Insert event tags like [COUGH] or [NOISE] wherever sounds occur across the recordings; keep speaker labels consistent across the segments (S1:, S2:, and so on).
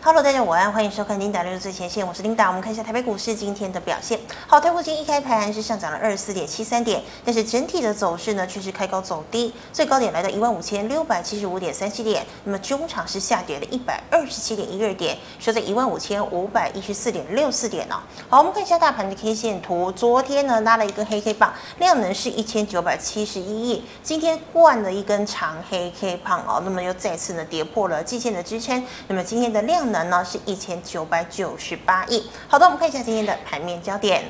S1: Hello，大家午安，欢迎收看《琳达六日最前线》，我是琳达。我们看一下台北股市今天的表现。好，台股今天一开盘是上涨了二十四点七三点，但是整体的走势呢却是开高走低，最高点来到一万五千六百七十五点三七点，那么中场是下跌了一百二十七点一二点，收在一万五千五百一十四点六四点哦。好，我们看一下大盘的 K 线图，昨天呢拉了一根黑 K 棒，量能是一千九百七十一亿，今天灌了一根长黑 K 棒哦，那么又再次呢跌破了季线的支撑，那么今天的量能呢是一千九百九十八亿。好的，我们看一下今天的盘面焦点。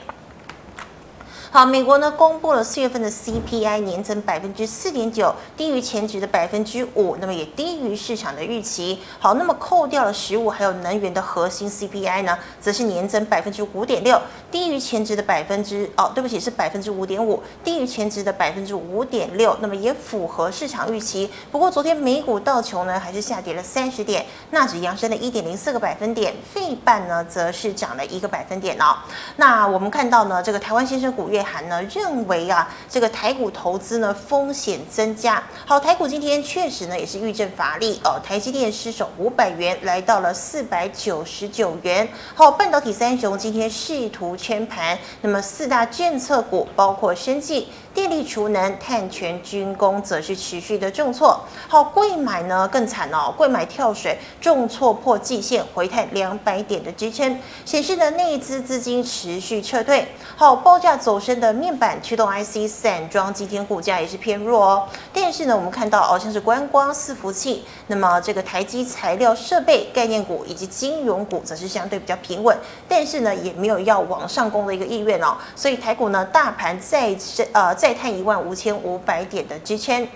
S1: 好，美国呢公布了四月份的 CPI 年增百分之四点九，低于前值的百分之五，那么也低于市场的预期。好，那么扣掉了食物还有能源的核心 CPI 呢，则是年增百分之五点六，低于前值的百分之哦，对不起，是百分之五点五，低于前值的百分之五点六，那么也符合市场预期。不过昨天美股道琼呢还是下跌了三十点，纳指扬升了一点零四个百分点，费半呢则是涨了一个百分点哦。那我们看到呢，这个台湾先生古月涵呢认为啊，这个台股投资呢风险增加。好，台股今天确实呢也是遇震乏力哦，台积电失守五百元，来到了四百九十九元。好，半导体三雄今天试图圈盘，那么四大政策股包括生技。电力、储能、碳权、军工则是持续的重挫。好，贵买呢更惨哦，贵买跳水重挫破季线，回探两百点的支撑，显示呢内资资金持续撤退。好，报价走升的面板驱动 IC 散装，今天股价也是偏弱哦。但是呢，我们看到哦，像是观光、伺服器，那么这个台积材料、设备概念股以及金融股则是相对比较平稳，但是呢也没有要往上攻的一个意愿哦。所以台股呢，大盘再呃再。再探一万五千五百点的支撑。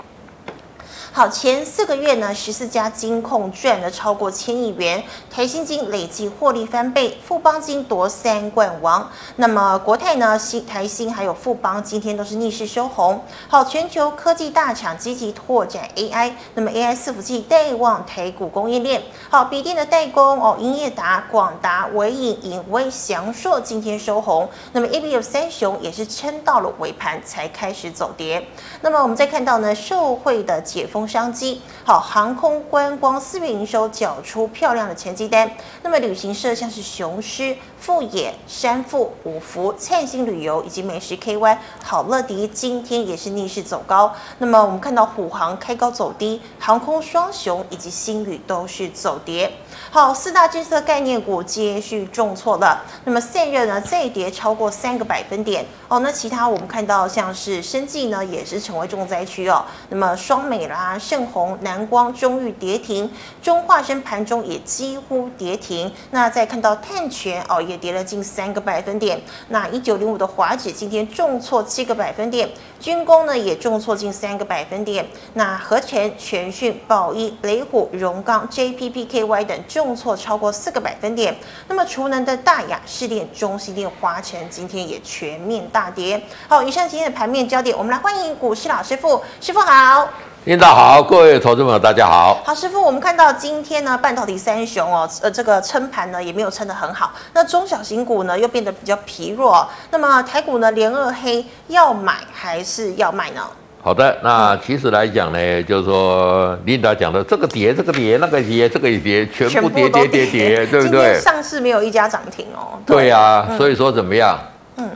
S1: 好，前四个月呢，十四家金控赚了超过千亿元，台新金累计获利翻倍，富邦金夺三冠王。那么国泰呢，新台新还有富邦今天都是逆势收红。好，全球科技大厂积极拓展 AI，那么 AI 伺服器带旺台股供应链。好，笔电的代工哦，英业达、广达、伟影、影威、翔硕今天收红。那么 ABF 三雄也是撑到了尾盘才开始走跌。那么我们再看到呢，受惠的解封。商机好，航空观光四月营收缴出漂亮的成绩单。那么旅行社像是雄狮、富野、山富、五福、灿星旅游以及美食 KY、好乐迪今天也是逆势走高。那么我们看到虎航开高走低，航空双雄以及新旅都是走跌。好，四大政策概念股接续重挫了。那么散热呢再跌超过三个百分点哦。那其他我们看到像是生技呢也是成为重灾区哦。那么双美啦。盛虹、南光终于跌停，中化生盘中也几乎跌停。那再看到碳权哦，也跌了近三个百分点。那一九零五的华指今天重挫七个百分点，军工呢也重挫近三个百分点。那合成、全讯、宝一、雷虎、荣钢、JPPKY 等重挫超过四个百分点。那么储能的大雅、市电、中心电、华晨今天也全面大跌。好，以上今天的盘面焦点，我们来欢迎股市老师傅，师傅好。
S2: 领导好，各位投资朋友大家好。
S1: 好，师傅，我们看到今天呢，半导体三雄哦，呃，这个撑盘呢也没有撑得很好，那中小型股呢又变得比较疲弱、哦，那么台股呢连二黑，要买还是要卖呢？
S2: 好的，那其实来讲呢，就是说领导讲的这个跌，这个跌，那个跌，这个也跌，全部跌跌跌跌，对不
S1: 今
S2: 对
S1: 天？上市没有一家涨停哦。
S2: 对呀、所以说怎么样
S1: 嗯，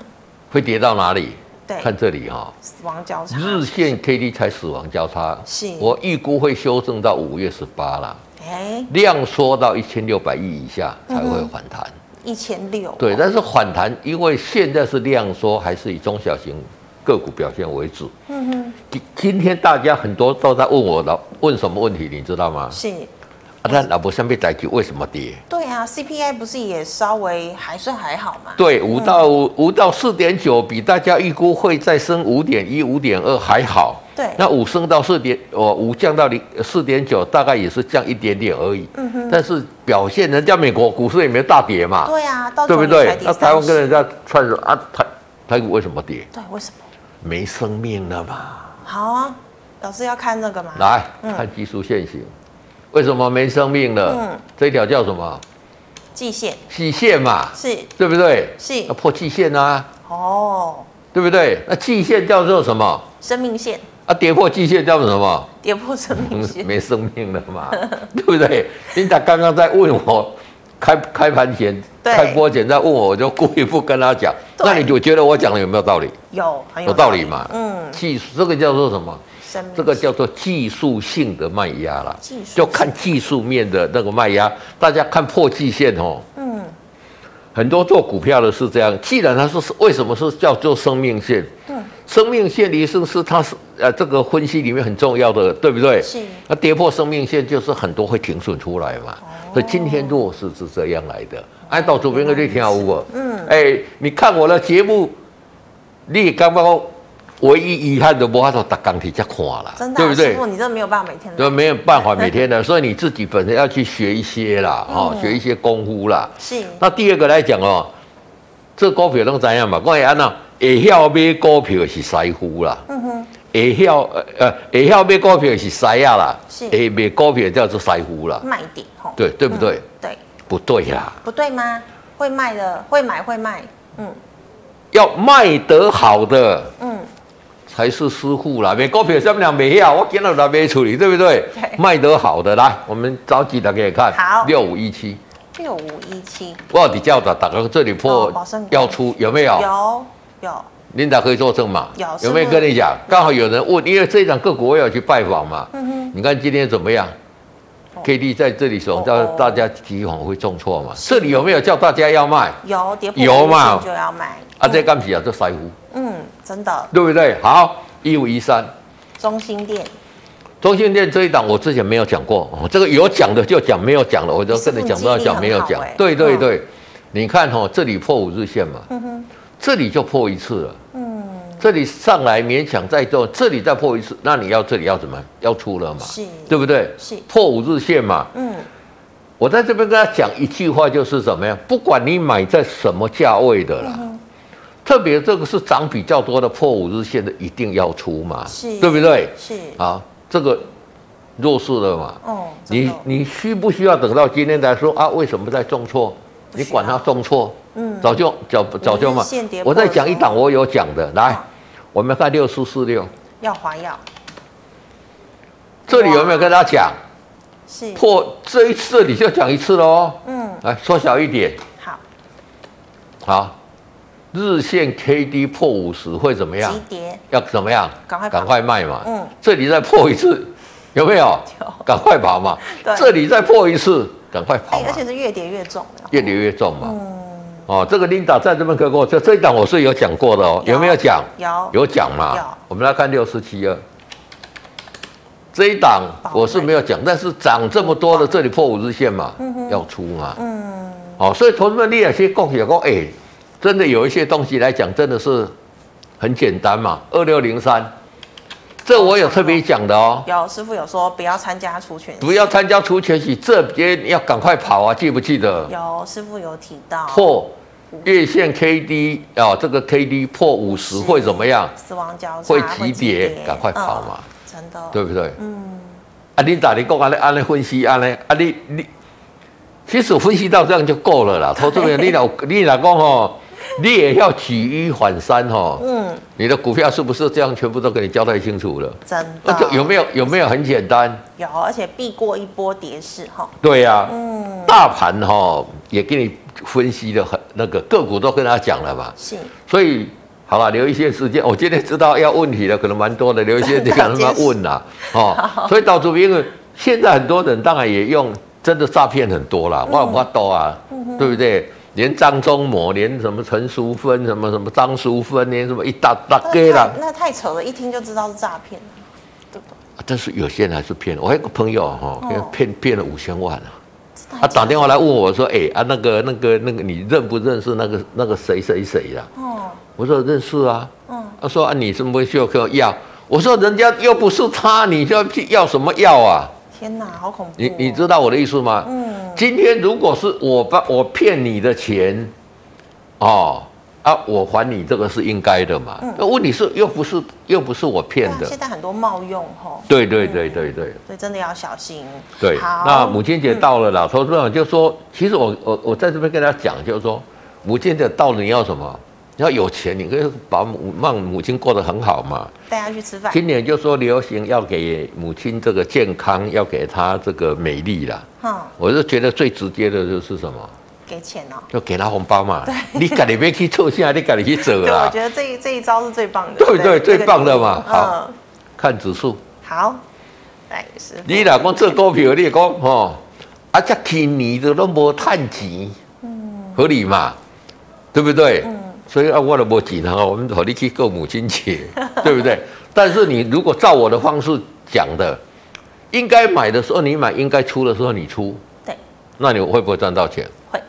S2: 会跌到哪里？
S1: 对，
S2: 看这里哈、
S1: 死亡交叉，
S2: 啊日线 K D 才死亡交叉，
S1: 是
S2: 我预估会修正到五月十八啦，
S1: 哎，
S2: 量缩到一千六百亿以下才会反弹。
S1: 一千六，
S2: 对，但是反弹，因为现在是量缩，还是以中小型个股表现为主。
S1: 嗯哼，
S2: 今今天大家很多都在问我老问什么问题，你知道吗？
S1: 是，
S2: 啊，那老婆相被代替为什么跌？
S1: 对啊，CPI 不是也稍微还算还好嘛？
S2: 对，啊五到
S1: 嗯
S2: 五到四点九，比大家预估会再升五点一、五点二还好。
S1: 对
S2: 那五升到四点，哦，五降到零四点九，大概也是降一点点而已。嗯哼。但是表现，人家美国股市也没有大跌嘛，
S1: 对啊，到
S2: 对不
S1: 终于
S2: 对
S1: 才？跌
S2: 那台湾跟
S1: 30
S2: 人家串什么啊？台台股为什么跌？
S1: 对，为什么？
S2: 没生命了嘛。
S1: 好啊，老师要看那个吗？
S2: 来看技术线型，为什么没生命了？
S1: 嗯
S2: 这条叫什么？
S1: 季线
S2: 季线嘛，
S1: 是
S2: 对不对？
S1: 是
S2: 要破季线啊，
S1: 哦，
S2: 对不对？那季线叫做什么？
S1: 生命线 [LAUGHS]
S2: 啊，跌破季线叫做什么？
S1: 跌破生命
S2: 嗯 [LAUGHS]
S1: 线，
S2: 没生命了嘛，对不对？琳达刚刚在问我，开开盘前、
S1: 对
S2: 开播前在问我，我就故意不跟他讲。
S1: 对
S2: 那你就觉得我讲的有没有道理？
S1: 有很有
S2: 有道理嘛？
S1: 嗯，
S2: 技这个叫做什么？
S1: 生命
S2: 这个叫做技术性的卖压啦
S1: 技术，性
S2: 就看技术面的那个卖压。大家看破季线哦，嗯，很多做股票的是这样。既然它是为什么是叫做生命线？
S1: 嗯
S2: 生命线离生是它是呃这个分析里面很重要的，对不对？
S1: 是
S2: 那跌破生命线就是很多会停损出来嘛。
S1: 哦
S2: 所以今天弱势是这样来的。按照主编的这条我，嗯，哎，你看我的节目，你刚刚唯一遗憾的，无法度打钢铁才看啦，
S1: 真的啊、
S2: 对不对
S1: 师？傅，你真的没有办法每天来
S2: 对，没有办法每天的，啊所以你自己本身要去学一些啦，哦，
S1: 嗯
S2: 学一些功夫啦。
S1: 是
S2: 那第二个来讲哦，这股票拢知影嘛？我会安那会晓买股票的是师傅啦，
S1: 嗯
S2: 会晓呃呃会晓买股票的是师啊啦
S1: 是，嗯
S2: 会买股票叫做师傅啦，
S1: 卖点吼，嗯
S2: 对对不对？
S1: 对，
S2: 不对啊啦，
S1: 不对吗？会卖的，会买会卖，嗯
S2: 要卖得好的
S1: 嗯，
S2: 才是师傅啦。买股票什么人没晓，我今日来买处理，对不对？
S1: 对
S2: 卖得好的来，我们找几档给你看，
S1: 好
S2: 六五一七。
S1: 六五一七
S2: 我有底叫的，打个这里
S1: 哦
S2: 破
S1: 保证股
S2: 要出有没有？
S1: 有有
S2: 琳达可以作证嘛？
S1: 有
S2: 有没有
S1: 是吗
S2: 跟你讲？刚好有人问，因为这一场各国我有去拜访嘛。
S1: 嗯
S2: 你看今天怎么样
S1: 哦
S2: ？K D 在这里手
S1: 哦
S2: 叫
S1: 哦
S2: 大家提防会重挫嘛？这里有没有叫大家要卖？
S1: 有跌破
S2: 有嘛
S1: 50就要买
S2: 啊，这干皮啊，这腮胡，
S1: 嗯，真的
S2: 对不对？好，一五一三，
S1: 中心店
S2: 中信店这一档我之前没有讲过，哦、这个有讲的就讲，没有讲的我就跟你讲
S1: 师傅
S2: 都要
S1: 你记忆力
S2: 讲，没有
S1: 很好
S2: 讲
S1: 欸。
S2: 对对
S1: 嗯
S2: 对，你看哦，这里破五日线嘛，
S1: 嗯哼
S2: 这里就破一次了。
S1: 嗯
S2: 这里上来勉强再做，这里再破一次，那你要这里要怎么要出了嘛？
S1: 是
S2: 对不对？
S1: 是
S2: 破五日线嘛。
S1: 嗯
S2: 我在这边跟他讲一句话，就是怎么样？不管你买在什么价位的啦，
S1: 嗯
S2: 特别这个是涨比较多的破五日线的，一定要出嘛，
S1: 是
S2: 对不对？
S1: 是
S2: 啊，这个弱势了嘛。
S1: 哦，真
S2: 你
S1: 的
S2: 你需不需要等到今天才说啊？为什么在重挫？
S1: 不需要
S2: 你管它重挫，
S1: 嗯
S2: 早就早早就嘛
S1: 日线跌。破
S2: 我
S1: 的时候
S2: 再讲一档我有讲的，来
S1: 好，
S2: 我们看六四四六，
S1: 要华药
S2: 这里有没有跟他讲
S1: 是
S2: 破？这一次你就讲一次喽。
S1: 嗯
S2: 来缩小一点，
S1: 好
S2: 好，日线 K D 破五十会怎么样
S1: 急？跌
S2: 要怎么样？
S1: 赶快跑
S2: 哎赶快卖嘛。
S1: 嗯
S2: 这里再破一次，
S1: [LAUGHS]
S2: 有没有？赶快跑嘛
S1: 对。
S2: 这里再破一次，赶快跑
S1: 哎，
S2: 嘛
S1: 而。且嗯是越跌越重的
S2: 越跌越重嘛。哦，这个 Linda 在这边跟我，这这一档我是有讲过的哦，有没有讲？
S1: 有
S2: 有讲
S1: 有
S2: 嘛？我们来看六四七二，这一档我是没有讲，但是涨这么多的，这里破五日线嘛，要出嘛。
S1: 嗯
S2: 哦，所以同志们，你也去共享过，哎、真的有一些东西来讲，真的是很简单嘛。二六零三，这我有特别讲的哦，
S1: 有师傅有说不要参加除权，
S2: 不要参加除权洗，这边要赶快跑啊，记不记得？
S1: 有师傅有提到
S2: 破月线 K D 啊，这个 K D 破五十会怎么样？
S1: 死亡交叉
S2: 会急跌赶快跑嘛，
S1: 嗯真的
S2: 对不对？嗯。啊，你打你讲安尼安尼分析安尼啊，你你其实分析到这样就够了
S1: [LAUGHS]
S2: 啦。投资人，你老你老公吼，你也要举一反三吼。
S1: 嗯
S2: 你的股票是不是这样全部都给你交代清楚了？
S1: 真
S2: 那
S1: 的
S2: 就有没有有没有很简单？
S1: 有，而且避过一波跌势哈，
S2: 对呀、
S1: 嗯
S2: 大盘哈、也给你分析的很那个个股都跟他讲了嘛。
S1: 是
S2: 所以好了，留一些时间。我今天知道要问题的可能蛮多的，留一些你可能要问啦。哦，所以导主因为现在很多人当然也用，真的诈骗很多啦，我有法多啊，对不对？连张忠谋，连什么陈淑芬，什么什么张淑芬，连什么一大大堆
S1: 那
S2: 啦啊
S1: 太，那太扯了，一听就知道是诈骗了，对不对？
S2: 但是有些人还是骗。我还有个朋友哈、
S1: 哦
S2: 骗骗了五千万啊。
S1: 真的
S2: 他
S1: 还假
S2: 打电话来问我说：“哎、啊，那个、那个、那个，你认不认识那个、那个谁谁谁啊呀、
S1: 哦，
S2: 我说认识啊。
S1: 嗯
S2: 他说啊，你是不是需要跟我要？我说人家又不是他，你就要去要什么药啊？
S1: 天哪，好恐怖哦！
S2: 你你知道我的意思吗？
S1: 嗯
S2: 今天如果是我把我骗你的钱，哦啊，我还你这个是应该的
S1: 嗯
S2: 嘛。那、问题是又不是又不是我骗
S1: 对啊
S2: 的，
S1: 现在很多冒用吼，
S2: 对对对对对。
S1: 所以真的要小心。
S2: 对，
S1: 嗯好，嗯
S2: 那母亲节到了啦，投资人就说，其实我我我在这边跟大家讲，就是说母亲节到了，你要什么？你要有钱，你可以把母让母亲过得很好嘛。
S1: 带他去吃饭，
S2: 今年就说流行要给母亲这个健康，要给她这个美丽啦。
S1: 哈、
S2: 我是觉得最直接的就是什么，
S1: 给钱哦。
S2: 就给她红包嘛。你赶紧别去凑
S1: [LAUGHS]
S2: 现在，你赶紧去走
S1: 对，我
S2: 啦。
S1: 觉得这一这一招是最棒的。
S2: 啊对
S1: 不
S2: 对最棒的嘛
S1: 这个
S2: 好
S1: 嗯，
S2: 看指数，
S1: 好，来是。
S2: 你若讲做股票，你会讲哦，啊，这去年都都无趁钱，
S1: 嗯
S2: 合理嘛？对不对？所以啊，我都无钱啊，我们好你去过母亲节， [LAUGHS] 对不对？但是你如果照我的方式讲的，应该买的时候你买，应该出的时候你出，
S1: 对，
S2: 那你会不会赚到钱？
S1: 会。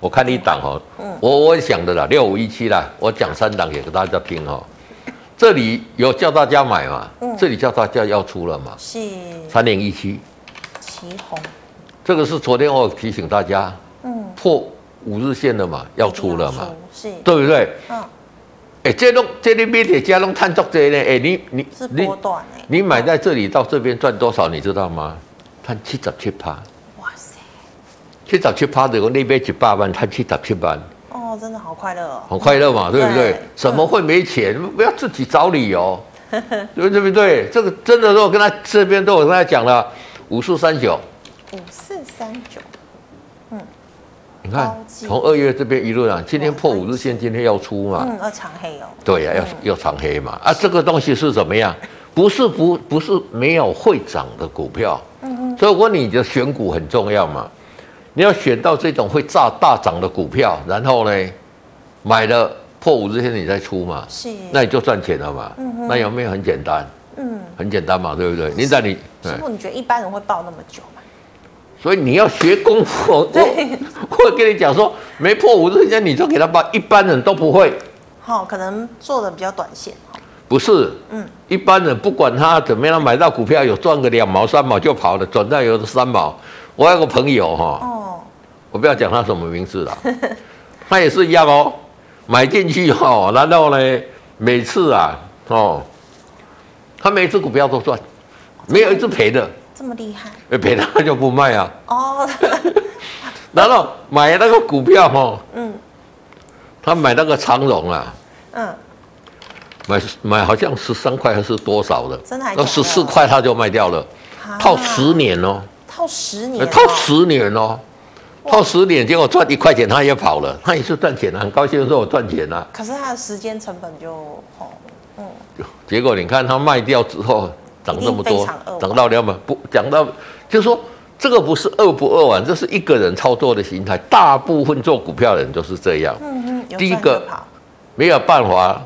S2: 我看一档哦，我我想的啦，六五一七啦，我讲三档给大家听哦。这里有叫大家买嘛，这里叫大家要出了嘛，
S1: 是
S2: 三零一七，
S1: 旗红，
S2: 这个是昨天我有提醒大家
S1: 嗯，
S2: 破五日线了嘛，要出了嘛，
S1: 是，
S2: 对不对？
S1: 嗯，
S2: 哎，这弄这里面的家弄探足这呢，哎，你你
S1: 是
S2: 你
S1: 波段哎、
S2: 你买在这里到这边赚多少，你知道吗？赚七十七趴，
S1: 哇塞，
S2: 七十七趴的那边一百万，赚七十七万。
S1: 哦，真的好快乐哦，
S2: 很快乐嘛，对不对？
S1: 对
S2: 怎么会没钱？不要自己找理
S1: [LAUGHS]
S2: 由，对对不对？这个真的，我跟他这边都有跟他讲了，五四三九，
S1: 五四三九，
S2: 你
S1: 高
S2: 看
S1: 级
S2: 从二月这边一路啊，今天破五日线，今天要出嘛，
S1: 嗯，二长黑哦，
S2: 啊对呀、要要长黑嘛啊，这个东西是怎么样？不是不不是没有会涨的股票，
S1: 嗯
S2: 所以我问你的选股很重要嘛，你要选到这种会炸大涨的股票，然后呢，买了破五日线你再出嘛，
S1: 是，
S2: 那你就赚钱了嘛。那有没有很简单？
S1: 嗯，
S2: 很简单嘛，对不对？你在你，对
S1: 师傅，你觉得一般人会抱那么久吗？
S2: 所以你要学功夫。我
S1: 对
S2: 我 [LAUGHS] 我跟你讲说，没破五日线你就给他报，一般人都不会。
S1: 好、可能做的比较短线，哈
S2: 不是，
S1: 嗯，
S2: 一般人不管他怎么样买到股票，有赚个两毛三毛就跑了，转到有的三毛。我有个朋友哈，
S1: 哦，
S2: 我不要讲他什么名字了， [LAUGHS] 他也是一样哦，买进去哦，然后呢，每次啊，哦，他每一只股票都赚，没有一只赔的。
S1: 这么厉害
S2: 呃，赔他就不卖啊。
S1: 哦， [LAUGHS]
S2: 然后买那个股票哦，
S1: 嗯
S2: 他买那个长荣啊，
S1: 嗯，
S2: 买买好像十三块还是多少的，
S1: 真的还假的
S2: 那十四块他就卖掉了，
S1: 啊
S2: 套十年哦，
S1: 套十年
S2: 呃
S1: 哦，
S2: 套十年哦，套十年，结果赚一块钱他也跑了，他也是赚钱啊，很高兴说我赚钱啊。
S1: 可是它的时间成本就哦，嗯，
S2: 结果你看他卖掉之后涨这么
S1: 一定非
S2: 多
S1: 常扼，腕
S2: 涨到两百不涨到，就是说这个不是二不二啊，这是一个人操作的心态，大部分做股票的人都是这样。
S1: 嗯嗯，有
S2: 第一
S1: 赚
S2: 个
S1: 就跑，
S2: 没有办法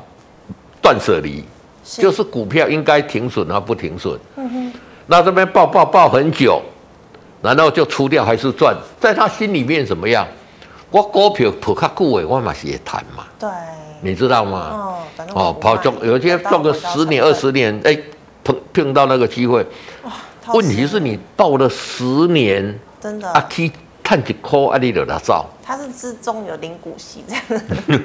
S2: 断舍离，
S1: 是
S2: 就是股票应该停损它不停损，
S1: 嗯哼，
S2: 那这边抱抱抱很久，然后就出掉还是赚，在他心里面怎么样？我股票普卡久诶，我嘛是会谈嘛，
S1: 对，
S2: 你知道吗？
S1: 哦，反正
S2: 哦，跑中有些中个十年二十
S1: 年，
S2: 年，哎、碰碰到那个机会，
S1: 套
S2: 问题
S1: 十
S2: 是你抱了十年
S1: 真的，
S2: 啊，去探一颗啊，你就拿走。
S1: 它是之中有零股息这样，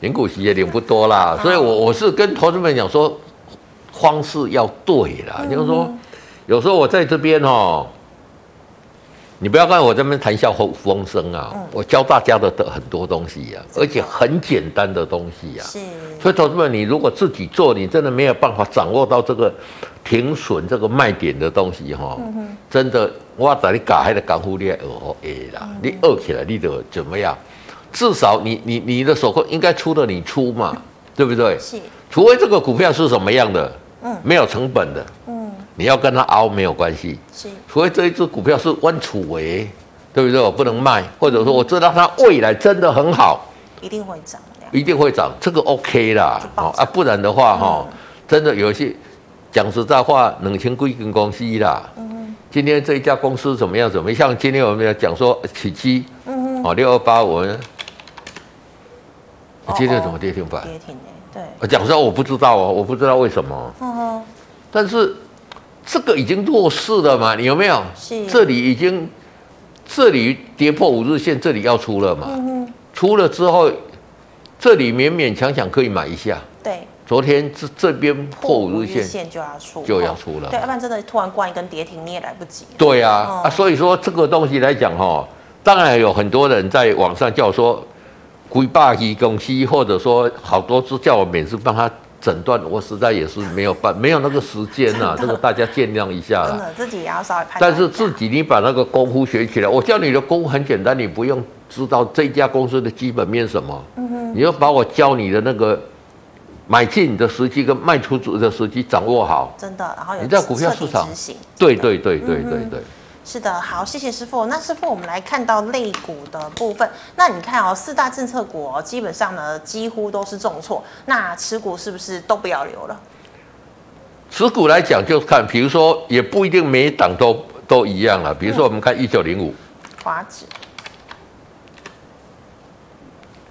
S2: 领股息也领不多啦，所以我我是跟投资们讲说，方式要对啦，就是说，有时候我在这边哦，你不要看我这边谈笑风风生啊，我教大家的的很多东西呀、
S1: 真的
S2: 而且很简单的东西啊呀、
S1: 是，
S2: [LAUGHS] 所以，投资们，你如果自己做，你真的没有办法掌握到这个停损、这个卖点的东西哈、真的，我在你搞还得港忽略哦，哎啦，你饿起来，你得怎么样？至少你你你的手控应该出的，你出嘛，对不对？
S1: 是，
S2: 除非这个股票是什么样的，
S1: 嗯
S2: 没有成本的，
S1: 嗯，
S2: 你要跟它熬没有关系。
S1: 是，
S2: 除非这一只股票是温楚为，对不对？我不能卖，或者说我知道它未来真的很好，
S1: 一定会涨这样，
S2: 一定会涨，这个 OK 啦
S1: 就，爆
S2: 哦
S1: 炸嗯
S2: 啊，不然的话哈、哦真的有一些讲实在话，冷清归跟公司啦。
S1: 嗯
S2: 今天这一家公司怎么样？怎么样？像今天我们要讲说起基，
S1: 嗯
S2: 哦，六二八我们
S1: 哦
S2: 今天怎么跌停板？
S1: 跌停哎，对，
S2: 我讲实话，我不知道哦，我不知道为什么。
S1: 嗯哼，
S2: 但是这个已经弱势了嘛，你有没有？
S1: 是
S2: 这里已经这里跌破五日线，这里要出了嘛？
S1: 嗯哼，
S2: 出了之后，这里勉勉强强可以买一下。
S1: 对，
S2: 昨天这这边破五日线，
S1: 就要出，哦
S2: 就要出了
S1: 对，要不然真的突然灌一根跌停，你也来不及，
S2: 对啊呀、
S1: 哦
S2: 啊，所以说这个东西来讲哈、当然有很多人在网上叫说，规霸级公司，或者说好多次叫我每次帮他诊断，我实在也是没有办，没有那个时间呐、 [LAUGHS] 这个大家见谅一下
S1: 真
S2: 啦。
S1: 的自己也要稍微判断
S2: 啊但
S1: 一下。
S2: 是自己你把那个功夫学起来，我教你的功夫很简单，你不用知道这家公司的基本面什么，你要把我教你的那个买进的时机跟卖出的时机掌握好。
S1: 真的，然后有
S2: 你在股票
S1: 彻底
S2: 市场
S1: 执行，
S2: 对对对对对对。
S1: 是的，好，谢谢师傅。那师傅，我们来看到类股的部分。那你看哦，四大政策股哦，基本上呢几乎都是重挫，那持股是不是都不要留了？
S2: 持股来讲，就看，比如说也不一定每一档都都一样了。比如说我们看一九零五
S1: 华指，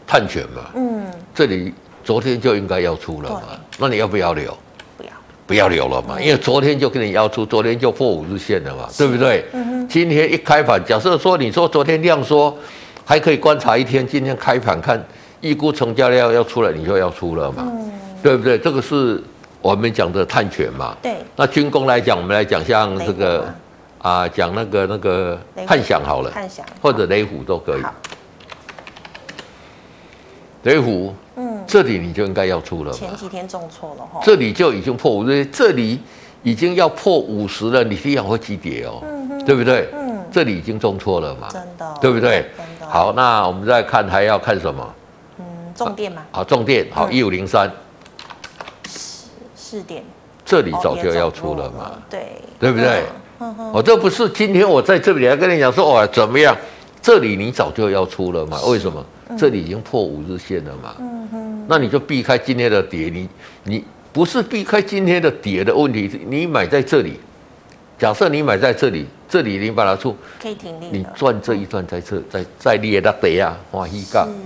S2: 碳权嘛，
S1: 嗯，
S2: 这里昨天就应该要出了嘛
S1: 对，
S2: 那你要不要留？
S1: 不要，
S2: 不要留了嘛，
S1: 嗯
S2: 因为昨天就跟你要出，昨天就破五日线了嘛，对不对？
S1: 嗯
S2: 今天一开盘，假设说你说昨天量缩，还可以观察一天，今天开盘看预估成交量要出来，你就要出了嘛，
S1: 嗯
S2: 对不对？这个是我们讲的碳权嘛。
S1: 对，
S2: 那军工来讲，我们来讲像这
S1: 雷
S2: 个
S1: 虎吗
S2: 啊，讲那个那个
S1: 雷虎
S2: 汉翔好了，
S1: 汉翔
S2: 或者雷虎都可以
S1: 好。
S2: 雷虎，
S1: 嗯，
S2: 这里你就应该要出了嘛，
S1: 前几天重挫了哈，
S2: 这里就已经破五日，这里已经要破五十了，你一样会急跌哦，对不对？
S1: 嗯，
S2: 这里已经中错了嘛，
S1: 真的，哦
S2: 对不对
S1: 真？的
S2: 好，那我们再看还要看什么？
S1: 嗯，重点嘛，
S2: 好，重电，好，一五零三，
S1: 试点，
S2: 这里
S1: 哦
S2: 早
S1: 也
S2: 就要
S1: 走
S2: 出
S1: 弱
S2: 了嘛，
S1: 对，
S2: 对不对
S1: 嗯？嗯哼，
S2: 我、哦这不是今天我在这里来跟你讲说，哦，怎么样？这里你早就要出了嘛？为什么？这里已经破五日线了嘛？
S1: 嗯哼，
S2: 那你就避开今天的跌，你你不是避开今天的跌的问题，你买在这里。假设你买在这里，这里你把它出，
S1: 可以停利
S2: 你
S1: 了，
S2: 赚这一段在这，在在列那得啊，哇一杠，
S1: 嗯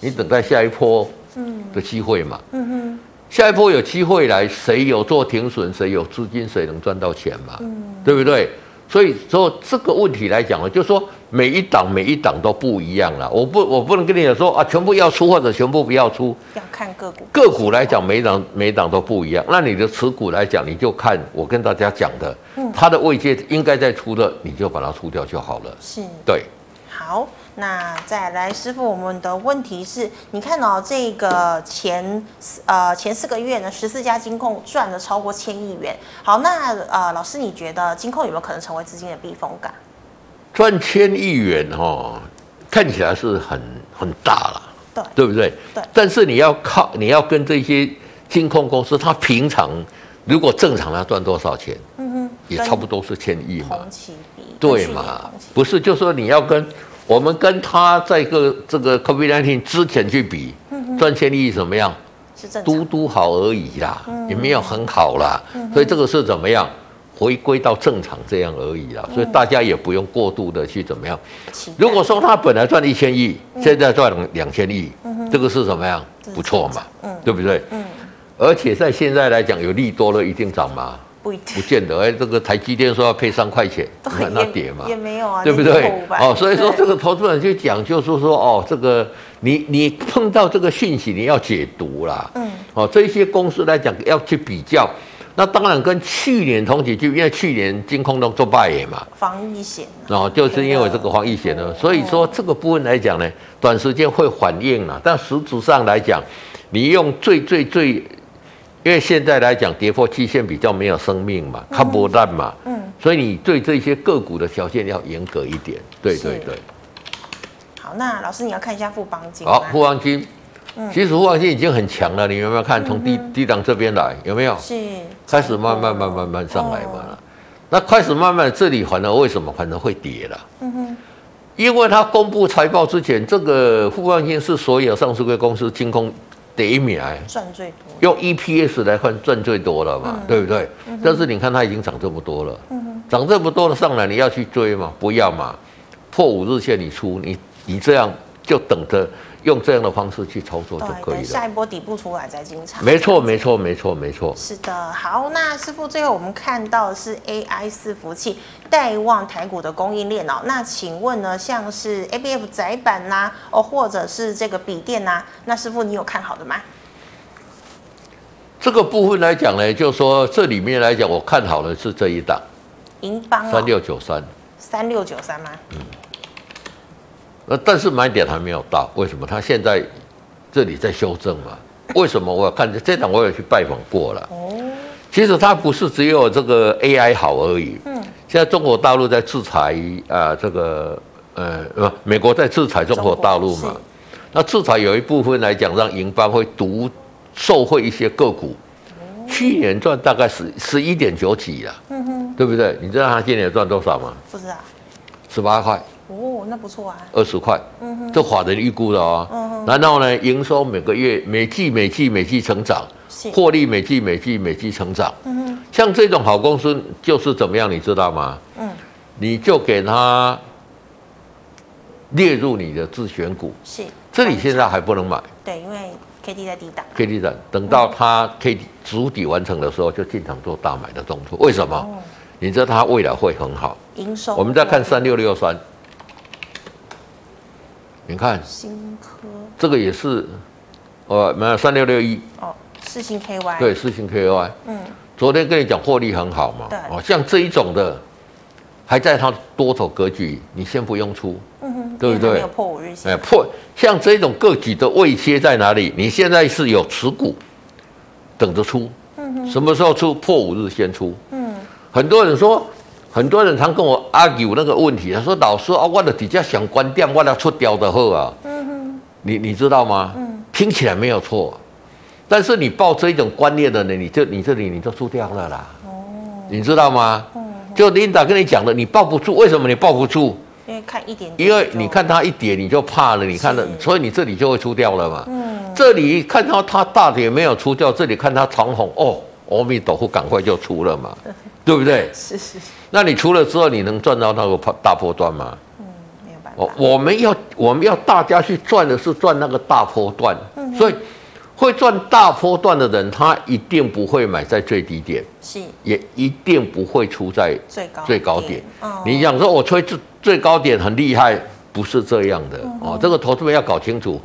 S2: 你等待下一波
S1: 嗯
S2: 的机会嘛。
S1: 嗯哼，
S2: 下一波有机会来，谁有做停损，谁有资金，谁能赚到钱嘛？对不对？所以说这个问题来讲呢，就是说每一档每一档都不一样了。我不我不能跟你讲说啊，全部要出或者全部不要出。
S1: 要看个股，
S2: 个股来讲，每一档每一档都不一样。那你的持股来讲，你就看我跟大家讲的，它的位阶应该在出的，你就把它出掉就好了。
S1: 是。
S2: 对，
S1: 好，那再来，师傅，我们的问题是，你看哦，这个前四呃前四个月呢，十四家金控赚了超过千亿元。好，那呃，老师，你觉得金控有没有可能成为资金的避风港？
S2: 赚千亿元哦，看起来是很很大了。
S1: 对，
S2: 对不对？
S1: 对
S2: 但是你要靠，你要跟这些金控公司，它平常如果正常，它赚多少钱？
S1: 嗯哼，
S2: 也
S1: 跟
S2: 差不多是千亿嘛，
S1: 同期比，
S2: 对
S1: 跟去年
S2: 嘛
S1: 同期？比
S2: 不是，就说你要跟我们跟他在一个这个 COVID 1 9之前去比，
S1: 嗯
S2: 赚千亿怎么样？
S1: 是正
S2: 嘟
S1: 常，
S2: 嘟好而已啦，
S1: 嗯
S2: 也没有很好啦，所以这个是怎么样？回归到正常这样而已啦，所以大家也不用过度的去怎么样。
S1: 期待
S2: 如果说他本来赚一千亿，现在赚两千亿，这个是怎么样
S1: 嗯这？是
S2: 不错嘛，
S1: 嗯
S2: 对不对？
S1: 嗯
S2: 而且在现在来讲，有利多了一定涨吗？
S1: 不一
S2: 不
S1: 定，
S2: 见得，哎，这个台积电说要配三块钱，你
S1: 对
S2: 看 [LAUGHS] 那跌嘛
S1: 也，也没有啊，
S2: 对不
S1: 零点
S2: 对
S1: 六五？吧
S2: 哦，所以说
S1: 对
S2: 这个投资人去讲，就是说哦，这个你你碰到这个讯息，你要解读啦。
S1: 嗯，
S2: 哦，这些公司来讲要去比较，那当然跟去年同期就因为去年金控都做败也嘛，
S1: 防疫险啊
S2: 然后哦就是因为这个防疫险呢，所以说这个部分来讲呢，短时间会反应了，但实质上来讲，你用最最最，因为现在来讲跌破期限比较没有生命嘛，看不淡嘛，
S1: 嗯，
S2: 所以你对这些个股的条件要严格一点，对
S1: 是
S2: 对对。
S1: 好，那老师你要看一下富邦金吗
S2: 好，富邦金，
S1: 嗯
S2: 其实富邦金已经很强了，你有没有看？从低低档这边来，有没有
S1: 是
S2: 开始
S1: 哦
S2: 慢慢慢慢慢上来嘛？那开始慢慢这里反而为什么反而会跌了？
S1: 嗯哼，
S2: 因为它公布财报之前，这个富邦金是所有上市贵公司金控第一名，啊
S1: 赚最多，
S2: 用 EPS 来看赚最多了
S1: 嗯
S2: 嘛，对不对？但是你看它已经涨这么多了，涨这么多了上来，你要去追吗？不要嘛，破五日线你出，你你这样就等着用这样的方式去操作就
S1: 对，
S2: 可
S1: 等
S2: 以了。
S1: 下一波底部出来再进场。
S2: 没错，没错，没错，没错。
S1: 是的，好，那师傅，最后我们看到的是 AI 伺服器带旺台股的供应链哦。那请问呢，像是 ABF 窄板呐、哦，或者是这个笔电呐、那师傅你有看好的吗？
S2: 这个部分来讲呢，就说这里面来讲，我看好的是这一档
S1: 银邦
S2: 三
S1: 哦，
S2: 六九三。
S1: 三六九三吗？
S2: 呃，但是买点还没有到，为什么？它现在这里在修正嘛？为什么？我有看这档我也去拜访过了。
S1: 哦，
S2: 其实它不是只有这个 AI 好而已。
S1: 嗯，
S2: 现在中国大陆在制裁啊、呃这个呃呃，美国在制裁中国大陆
S1: 中
S2: 嘛
S1: 国。
S2: 那制裁有一部分来讲，让银邦会独受惠一些个股。去年赚大概十十一点九几啊，
S1: 哦嗯哼，
S2: 对不对？你知道它今年赚多少吗？
S1: 不知道。
S2: 十八块、
S1: 哦，那不错啊。
S2: 二十块，
S1: 嗯哼，
S2: 这法人预估的哦。
S1: 嗯
S2: 然后呢，营收每个月每季每季每季成长，
S1: 是。
S2: 获利每季每季每季成长。
S1: 嗯哼，
S2: 像这种好公司就是怎么样，你知道吗？
S1: 嗯，
S2: 你就给它列入你的自选股。
S1: 是。
S2: 这里现在还不能买
S1: 对，因为 K D 在低档。
S2: ，K D 的，等到
S1: 嗯
S2: 它 K D 主底完成的时候，就进场做大买的动作。为什么？
S1: 哦，
S2: 你知道它未来会很好。
S1: 营收。
S2: 我们再看三六六三，你看
S1: 新科
S2: 这个也是，呃，没有三六六一，
S1: 哦，四星 K Y。
S2: 对，，四星 KY。
S1: 嗯，
S2: 昨天跟你讲获利很好嘛
S1: 对，
S2: 哦，像这一种的，还在它多头格局，你先不用出，
S1: 嗯哼，
S2: 对
S1: 因
S2: 不
S1: 为它
S2: 对
S1: 没有破五日线。
S2: 哎，破像这种格局的位阶在哪里？你现在是有持股，等着出，什么时候出？破五日先出。
S1: 嗯，
S2: 很多人说，很多人常跟我 argue 那个问题，他说老师啊，我的底价想关店，我要出掉的货啊，你你知道吗？听起来没有错，但是你抱这一种观念的呢，你这你这里你就输掉了啦，你知道吗？就 Linda 跟你讲的，你抱不住，为什么你抱不住？
S1: 因为看一点点。
S2: 因为你看，它一跌你就怕了，你看了，
S1: 是
S2: 所以你这里就会出掉了嘛。
S1: 嗯，
S2: 这里看到它大跌没有出掉，这里看它长红哦，阿弥陀佛，赶快就出
S1: [LAUGHS]
S2: 了嘛，对不对？
S1: 是是，是
S2: 那你出了之后，你能赚到那个破大波段吗？
S1: 嗯，没有办
S2: 哦我
S1: 法。
S2: 我们要我们要大家去赚的是赚那个大波段，
S1: 嗯
S2: 所以会赚大波段的人，他一定不会买在最低点，
S1: 是
S2: 也一定不会出在
S1: 最高
S2: 最高点。
S1: 哦
S2: 你想说我吹最最高点很厉害，不是这样的
S1: 嗯
S2: 哦。这个投资们要搞清楚。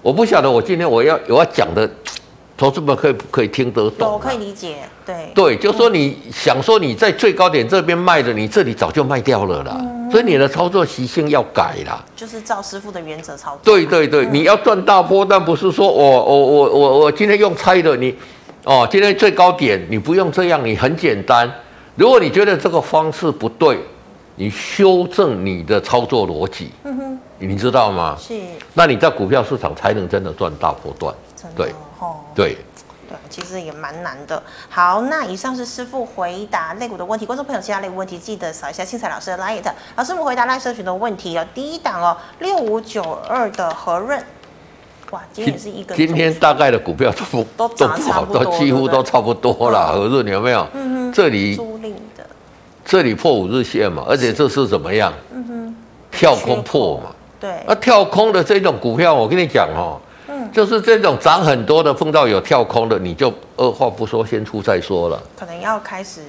S2: 我不晓得我今天我要我要讲的，投资们可以可以听得懂
S1: 有哦
S2: 吗？
S1: 可以理解，对，
S2: 对，就说你想说你在最高点这边卖的，你这里早就卖掉了啦，
S1: 嗯
S2: 所以你的操作习性要改啦。
S1: 就是照师傅的原则操作。
S2: 对对对，你要赚大波，但不是说哦我我我我我今天用猜的，你哦，今天最高点你不用这样，你很简单。如果你觉得这个方式不对，你修正你的操作逻辑，
S1: 嗯哼，
S2: 你知道吗？
S1: 是
S2: 那你在股票市场才能真的赚大波段。
S1: 真的
S2: 对
S1: 哦。
S2: 对，
S1: 对，其实也蛮难的。好，那以上是师傅回答肋骨的问题，观众朋友其他类股问题记得扫一下青彩老师的 light。老师，我们回答 light 社群的问题了。第一档哦，六五九二的和润，哇，今天也是一个
S2: 今天大概的股票都
S1: 都
S2: 不都
S1: 涨
S2: 不
S1: 差
S2: 好，
S1: 不多
S2: 都几
S1: 对嗯不
S2: 乎都
S1: 对
S2: 差不多了。何润有没有？这里
S1: 租赁的，
S2: 这里破五日线嘛，而且这是怎么样？
S1: 嗯哼，
S2: 跳空破嘛。
S1: 对
S2: 那、，啊跳空的这种股票，我跟你讲哦，
S1: 嗯
S2: 就是这种涨很多的，碰到有跳空的，你就二话不说先出再说了。
S1: 可能要开始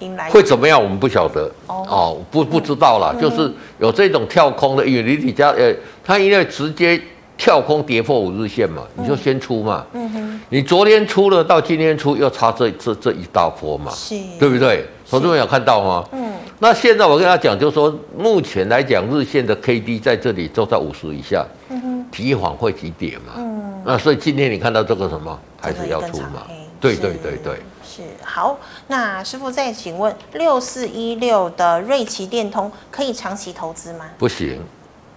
S1: 迎来
S2: 会怎么样？我们不晓得
S1: 哦嗯
S2: 哦不不知道啦。就是有这种跳空的，因为李李家呃，他因为直接跳空跌破五日线嘛，你就先出嘛。
S1: 嗯哼，
S2: 你昨天出了，到今天出又差这这这一大波嘛，
S1: 是，
S2: 对不对？投资们有看到吗？
S1: 嗯，
S2: 那现在我跟他讲，就是说目前来讲，日线的 K D 在这里都在五十以下，
S1: 嗯哼，
S2: 提缓会急跌嘛。
S1: 嗯。
S2: 那所以今天你看到这个什么，还
S1: 这
S2: 是
S1: 个
S2: 要
S1: 一根
S2: 出
S1: 长
S2: 嘛
S1: 黑？
S2: 对
S1: 是
S2: 对对对，
S1: 是好。那师傅再请问，六四一六的瑞奇电通可以长期投资吗？
S2: 不行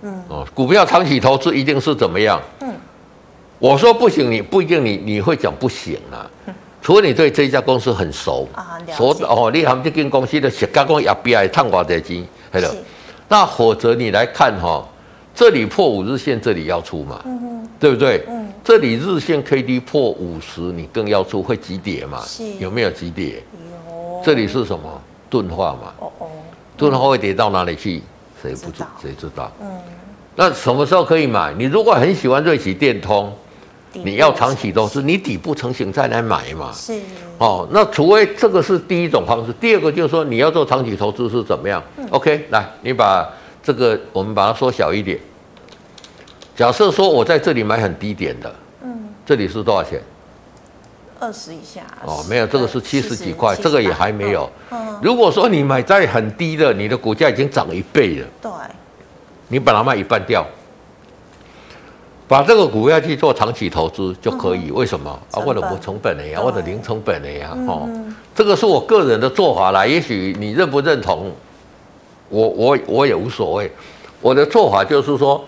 S1: 嗯
S2: 哦，股票长期投资一定是怎么样？
S1: 嗯
S2: 我说不行，你不一定你你会讲不行啊，除非你对这一家公司很熟，
S1: 嗯啊，了
S2: 熟
S1: 解。
S2: 哦，你含这间公司的血加工也比还赚偌多钱，系了
S1: 是。
S2: 那否则你来看哈、这里破五日线，这里要出嘛，
S1: 嗯哼，
S2: 对不对？
S1: 嗯
S2: 这里日线 K D 破五十，你更要出，会急跌嘛
S1: 是？
S2: 有没有急跌？
S1: 有。
S2: 这里是什么？钝化嘛？
S1: 哦哦，
S2: 钝化会跌到哪里去？谁
S1: 知
S2: 不知
S1: 道
S2: 谁知道？
S1: 嗯，
S2: 那什么时候可以买？你如果很喜欢瑞奇电通，
S1: 底
S2: 你
S1: 部
S2: 要长期投资，你底部成型再来买嘛。
S1: 是
S2: 哦，那除非这个是第一种方式，第二个就是说你要做长期投资是怎么样、o k 来，你把这个我们把它缩小一点。假设说我在这里买很低点的，
S1: 嗯
S2: 这里是多少钱？
S1: 二十以下。
S2: 哦，
S1: 是
S2: 没有，这个是
S1: 呃
S2: 七十几块，这个也还没有。。
S1: 嗯，嗯
S2: 如果说你买在很低的，你的股价已经涨一倍了，
S1: 对，
S2: 你把它卖一半掉，把这个股票去做长期投资就可以。为什么？啊，
S1: 成
S2: 或者
S1: 本
S2: 无成本的呀，
S1: 对
S2: 或者零成本的呀，
S1: 嗯
S2: 哦，这个是我个人的做法啦。也许你认不认同，我我我也无所谓。我的做法就是说，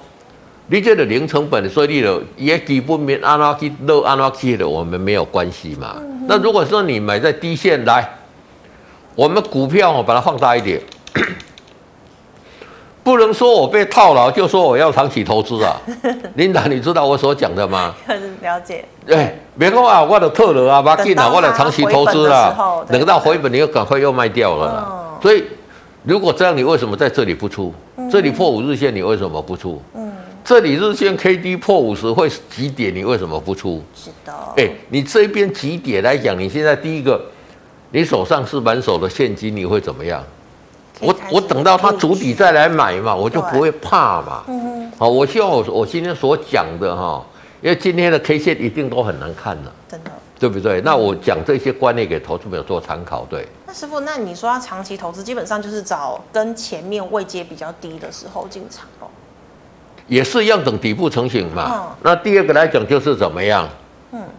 S2: 你这个零成本，所以你的也基本面按哪去都按哪去的，我们没有关系嘛。那如果说你买在低线来，我们股票哦把它放大一点。 [COUGHS] 不能说我被套牢，就说我要长期投资啊。琳达，你知道我所讲的吗？
S1: 嗯 [LAUGHS] 了解，
S2: 哎，别说啊，我的特了啊，把进
S1: 等
S2: 啊，
S1: 到
S2: 我的长期投
S1: 它回本的
S2: 资
S1: 时
S2: 啊
S1: 候，对
S2: 等到回本你又赶快又卖掉了啦
S1: 嗯。
S2: 所以，如果这样，你为什么在这里不出？这里破五日线，你为什么不出？
S1: 嗯，
S2: 这里日线 K D 破五十会几点？你为什么不出？
S1: 是的，
S2: 哎、你这边几点来讲，你现在第一个，你手上是满手的现金，你会怎么样？
S1: 可以
S2: 我
S1: 开始
S2: 我等到它
S1: 布
S2: 筑
S1: 局
S2: 底再来买嘛，我就
S1: 对
S2: 不会怕嘛。
S1: 嗯哼，
S2: 好，我希望我我今天所讲的哈，因为今天的 K 线一定都很难看了，
S1: 真的。
S2: 对不
S1: 嗯
S2: 对？那我讲这些观念给投资朋友做参考，对。
S1: 那师傅，那你说要长期投资，基本上就是找跟前面位阶比较低的时候进场哦。
S2: 也是一样等底部成型嘛。
S1: 嗯
S2: 那第二个来讲就是怎么样？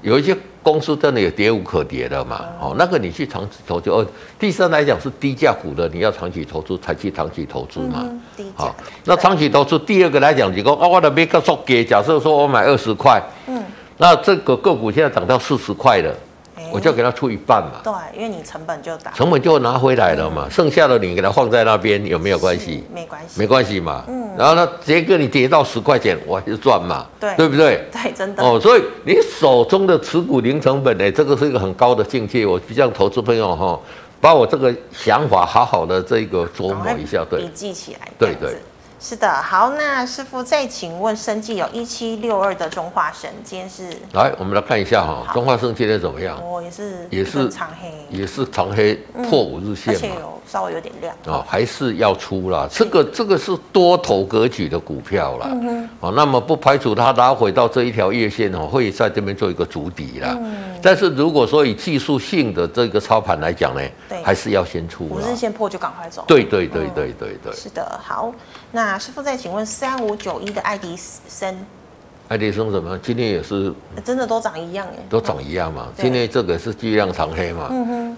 S2: 有一些公司真的有跌无可跌的
S1: 嗯
S2: 嘛。哦，那个你去长期投资。哦，第三来讲是低价股的，你要长期投资才去长期投资嘛。
S1: 嗯，低价
S2: 好，，那长期投资第二个来讲，你说啊，我的 make up 给，假设说我买二十块，
S1: 嗯，
S2: 那这个个股现在涨到四十块了，
S1: 哎
S2: 我就给它出一半嘛，
S1: 对，因为你成本就打，
S2: 成本就拿回来了嘛，剩下的你给它放在那边有没有关系？
S1: 嗯是没关系，
S2: 没关系嘛。
S1: 嗯
S2: 然后呢，结果你跌到十块钱，我还是赚嘛，
S1: 对
S2: 不对？
S1: 对，真的，
S2: 哦，所以你手中的持股零成本，哎，这个是一个很高的境界。我就让投资朋友哈、把我这个想法好好的这个琢磨一下，对
S1: 笔。记起来，
S2: 对
S1: 这样子
S2: 对。
S1: 是的，好，那师傅再请问，生计有一七六二的中化神，今天是
S2: 来，我们来看一下哈、
S1: 好嗯
S2: 中化生今天怎么样？
S1: 哦，也是
S2: 也是
S1: 一根长黑，
S2: 也是长黑破五日
S1: 而
S2: 线
S1: 且
S2: 嘛，
S1: 有稍微有点亮，
S2: 哦，还是要出啦。这个这个是多头格局的股票啦，哦，那么不排除它拉回到这一条月线哦，会在这边做一个主底啦。但是如果说以技术性的这个操盘来讲呢
S1: 对，
S2: 还是要先出
S1: 五
S2: 啦
S1: 日。线破就赶快走。
S2: 啊对对对对对对，
S1: 是的，好，那师傅再请问三五九一的爱迪生，
S2: 爱迪生哎怎么样？今天也是
S1: 呃真的都长一样哎，
S2: 都长一样嘛，
S1: 对嗯
S2: 今天这个是巨量长黑嘛，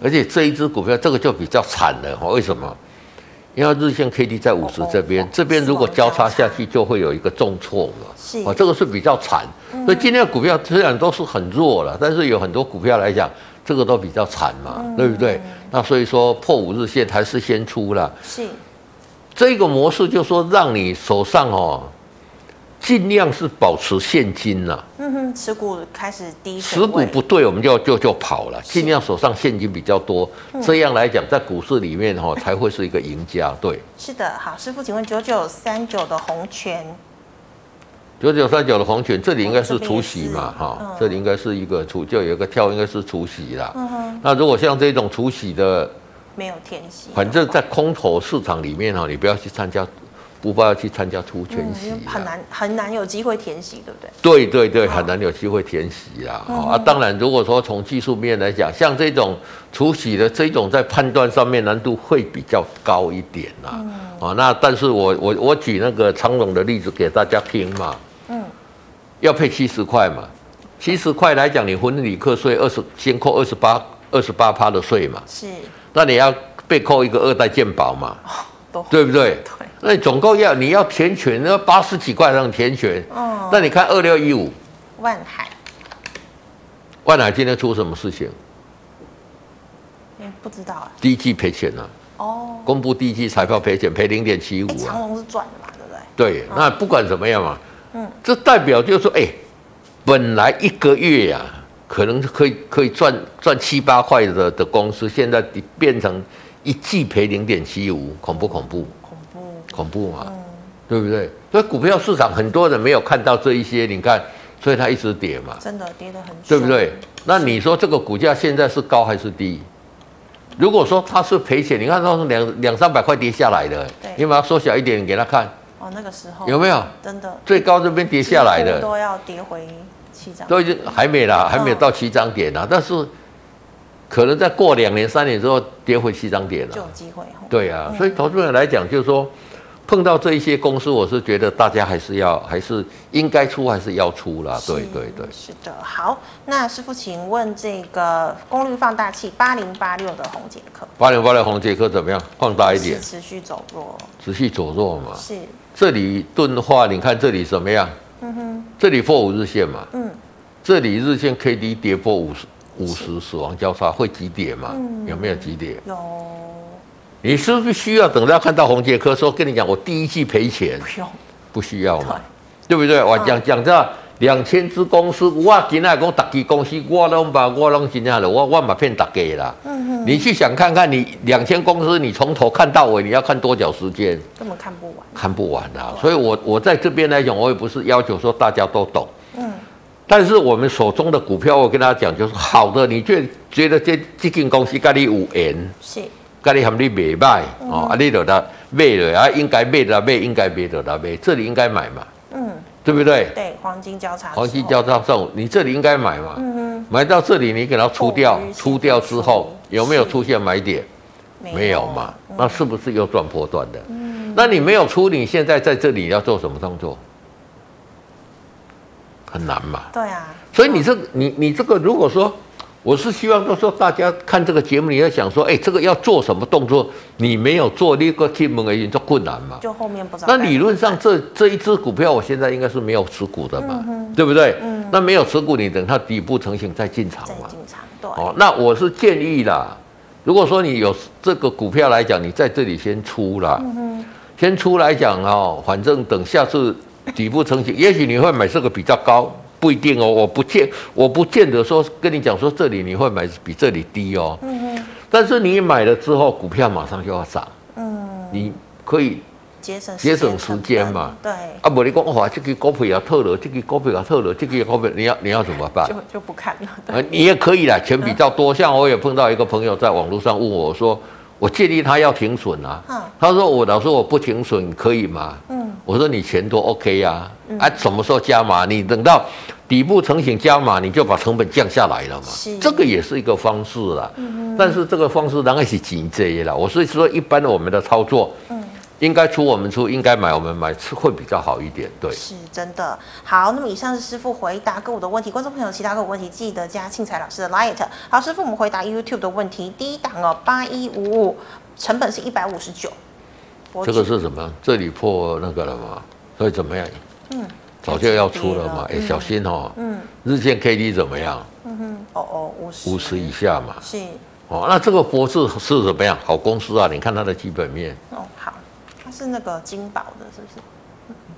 S2: 而且这一只股票这个就比较惨了哈，为什么？因为日线 K D 在五十
S1: 哦
S2: 这边
S1: 哦，
S2: 这边如果
S1: 是往
S2: 交
S1: 下
S2: 叉下去就会有一个重挫嘛，
S1: 是嗯
S2: 哦，这个是比较惨，所以今天的股票虽然都是很弱了，但是有很多股票来讲，这个都比较惨嘛，
S1: 嗯
S2: 对不对？那所以说破五日线还是先出了，
S1: 是
S2: 这个模式就说让你手上哦，尽量是保持现金呐、
S1: 嗯哼，持股开始低水
S2: 持
S1: 位，
S2: 股不对，我们就就就跑了，尽量手上现金比较多，这样来讲，在股市里面哈、哦、才会是一个赢家。对，
S1: 是的，好，师傅，请问九九三九的红拳，
S2: 九九三九的红权，这里应该是除息嘛，
S1: 哦
S2: 哈、
S1: 这边也是嗯
S2: 这里应该是一个除，就有一个跳，应该是除息啦。
S1: 嗯哼，
S2: 那如果像这种除息的，
S1: 没有填息哦的话，
S2: 反正在空头市场里面哈、哦，你不要去参加，不不要去参加除权
S1: 嗯
S2: 息啊
S1: 因
S2: 啦、
S1: 为很难很难有机会填息，对不对？
S2: 对对对，很难有机会填息啦。哦啊，当然，如果说从技术面来讲，像这种除息的这种，在判断上面难度会比较高一点啦。哦，那但是我我我举那个长隆的例子给大家听嘛。
S1: 嗯，
S2: 要配七十块嘛，七十块来讲，你婚礼课税二十，先扣二十八二十八趴的税嘛，
S1: 是
S2: 那你要被扣一个二代健保嘛，
S1: 都
S2: 对不对？
S1: 对，
S2: 那你总共要你要填全，那八十几块让填全，
S1: 嗯，
S2: 那你看二六一五。
S1: 万海，
S2: 万海今天出什么事情？
S1: 嗯，不知道啊，
S2: 第一季赔钱啊，
S1: 哦，
S2: 公布第一季财报赔钱，赔零点七
S1: 哎，
S2: 五
S1: 长
S2: 啊。
S1: 隆是赚的嘛，对不对？
S2: 对，那不管怎么样嘛，
S1: 嗯
S2: 这代表就是说，哎、本来一个月呀、可能可以可以赚赚七八块的的公司，现在变成一季赔零点七五，恐不恐怖？
S1: 恐怖，
S2: 恐怖嘛，
S1: 嗯，
S2: 对不对？所以股票市场很多人没有看到这一些，你看，所以它一直跌嘛。
S1: 真的跌得很凶，
S2: 对不对？？那你说这个股价现在是高还是低？如果说它是赔钱，你看它是两两三百块跌下来的
S1: 对，
S2: 你把它缩小一点给他看，
S1: 哦，那个时候
S2: 有没有？
S1: 真的
S2: 最高这边跌下来
S1: 几乎
S2: 的，
S1: 都要跌回七张，
S2: 都已经还没
S1: 哦
S2: 啦，还没有到起涨点啦，但是可能再过两年、三年之后跌回起涨点了
S1: 就。有机会哦。
S2: 对啊，所以投资人来讲，就是说碰到这一些公司，我是觉得大家还是要，还是应该出，还是要出啦。啊对
S1: 是
S2: 对对，
S1: 是的。好，那师傅，请问这个功率放大器八零八六的红杰克
S2: 八零八六红杰克怎么样？放大一点啊
S1: 是，持续走弱，
S2: 持续走弱嘛。
S1: 是，
S2: 这里钝化，你看这里怎么样？
S1: 嗯哼，
S2: 这里破五日线嘛，
S1: 嗯，
S2: 这里日线 K D 跌破五十五十死亡交叉会急跌嘛？
S1: 嗯
S2: 有没有急跌？
S1: 有，
S2: [LAUGHS] 你是不是需要等到看到红杰克说跟你讲我第一季赔钱
S1: 不？用，
S2: 不需要嘛，对哦不对？我讲讲这两千只公司，我今仔讲逐支公司，我拢把我拢今仔了，我我嘛骗大家啦。
S1: 嗯哼，
S2: 你去想看看，你两千公司，你从头看到尾，你要看多久时间？
S1: 根本看不完，
S2: 看不完啊。所以我我在这边来讲，我也不是要求说大家都懂，
S1: 嗯，
S2: 但是我们手中的股票，我跟大家讲，就是好的，你觉觉得这这间公司跟你有缘，
S1: 是，
S2: 跟你含你袂歹
S1: 嗯
S2: 哦，啊，你就来买了啊，应该买的买，应该买的来买，这里应该买嘛，
S1: 嗯，
S2: 对不对？
S1: 对，黄金交叉，
S2: 黄金，交叉送，你这里应该买嘛，
S1: 嗯
S2: 买到这里你给它出掉
S1: 哦，
S2: 出掉之后有没有
S1: 是
S2: 出现买点？
S1: 哼，
S2: 没有嘛，
S1: 嗯
S2: 那是不是又赚破断的？那你没有出，你现在在这里要做什么动作？很难嘛。
S1: 对啊，
S2: 所以你这你你这个，如果说我是希望就是说大家看这个节目，你要想说，哎、这个要做什么动作？你没有做那个 team 而言，就困难嘛。
S1: 就后面不知道该
S2: 那
S1: 怎么办。
S2: 理论上这这一只股票，我现在应该是没有持股的
S1: 嗯
S2: 嘛，对不对？那没有持股，你等它底部成型再进场
S1: 再
S2: 嘛。
S1: 进场，对，
S2: 哦，那我是建议啦，如果说你有这个股票来讲，你在这里先出啦，
S1: 嗯
S2: 先出来讲哦，反正等下次底部成型，也许你会买这个比较高，不一定哦，我不见我不见得说跟你讲说这里你会买比这里低哦，
S1: 嗯哼，
S2: 但是你买了之后，股票马上就要涨，
S1: 嗯，
S2: 你可以
S1: 节省
S2: 节省
S1: 成
S2: 时间
S1: 本
S2: 嘛，
S1: 对，
S2: 啊，不你讲哇，这个股票也特了，这个股票也特了，这个股票你要你要怎么办？
S1: 就就不看了，对，
S2: 呃，你也可以啦，钱比较
S1: 嗯
S2: 多。像我也碰到一个朋友在网络上问我说，我建议他要停损啊。
S1: 嗯
S2: 他说我老师我不停损可以吗？
S1: 嗯，
S2: 我说你钱多 OK 呀、啊，什么时候加码？你等到底部成型加码，你就把成本降下来了嘛
S1: 是。嗯
S2: 这个也是一个方式啦。但是这个方式当然是紧接啦。我是说一般的我们的操作，
S1: 嗯
S2: 应该出我们出，应该买我们买，是会比较好一点。对。
S1: 是真的。好，那么以上是师傅回答各我的问题，观众朋友其他各我问题记得加庆财老师的 light。好，师傅，我们回
S2: 嗯
S1: 答 YouTube 的问题，第一档哦，八一五五，成本是一百五十九，我
S2: 这个是怎么样？这里破那个了嘛，所以怎么样？
S1: 嗯，
S2: 早就要出了嘛，
S1: 太
S2: 哎、
S1: 急了
S2: 小心哦。
S1: 嗯
S2: 日线 K D 怎么样？
S1: 嗯哼，哦哦，五十
S2: 五十以下嘛。
S1: 是
S2: 哦，那这个博士是怎么样？好公司啊，你看它的基本面，
S1: 哦好，它是那个金宝的，是不是？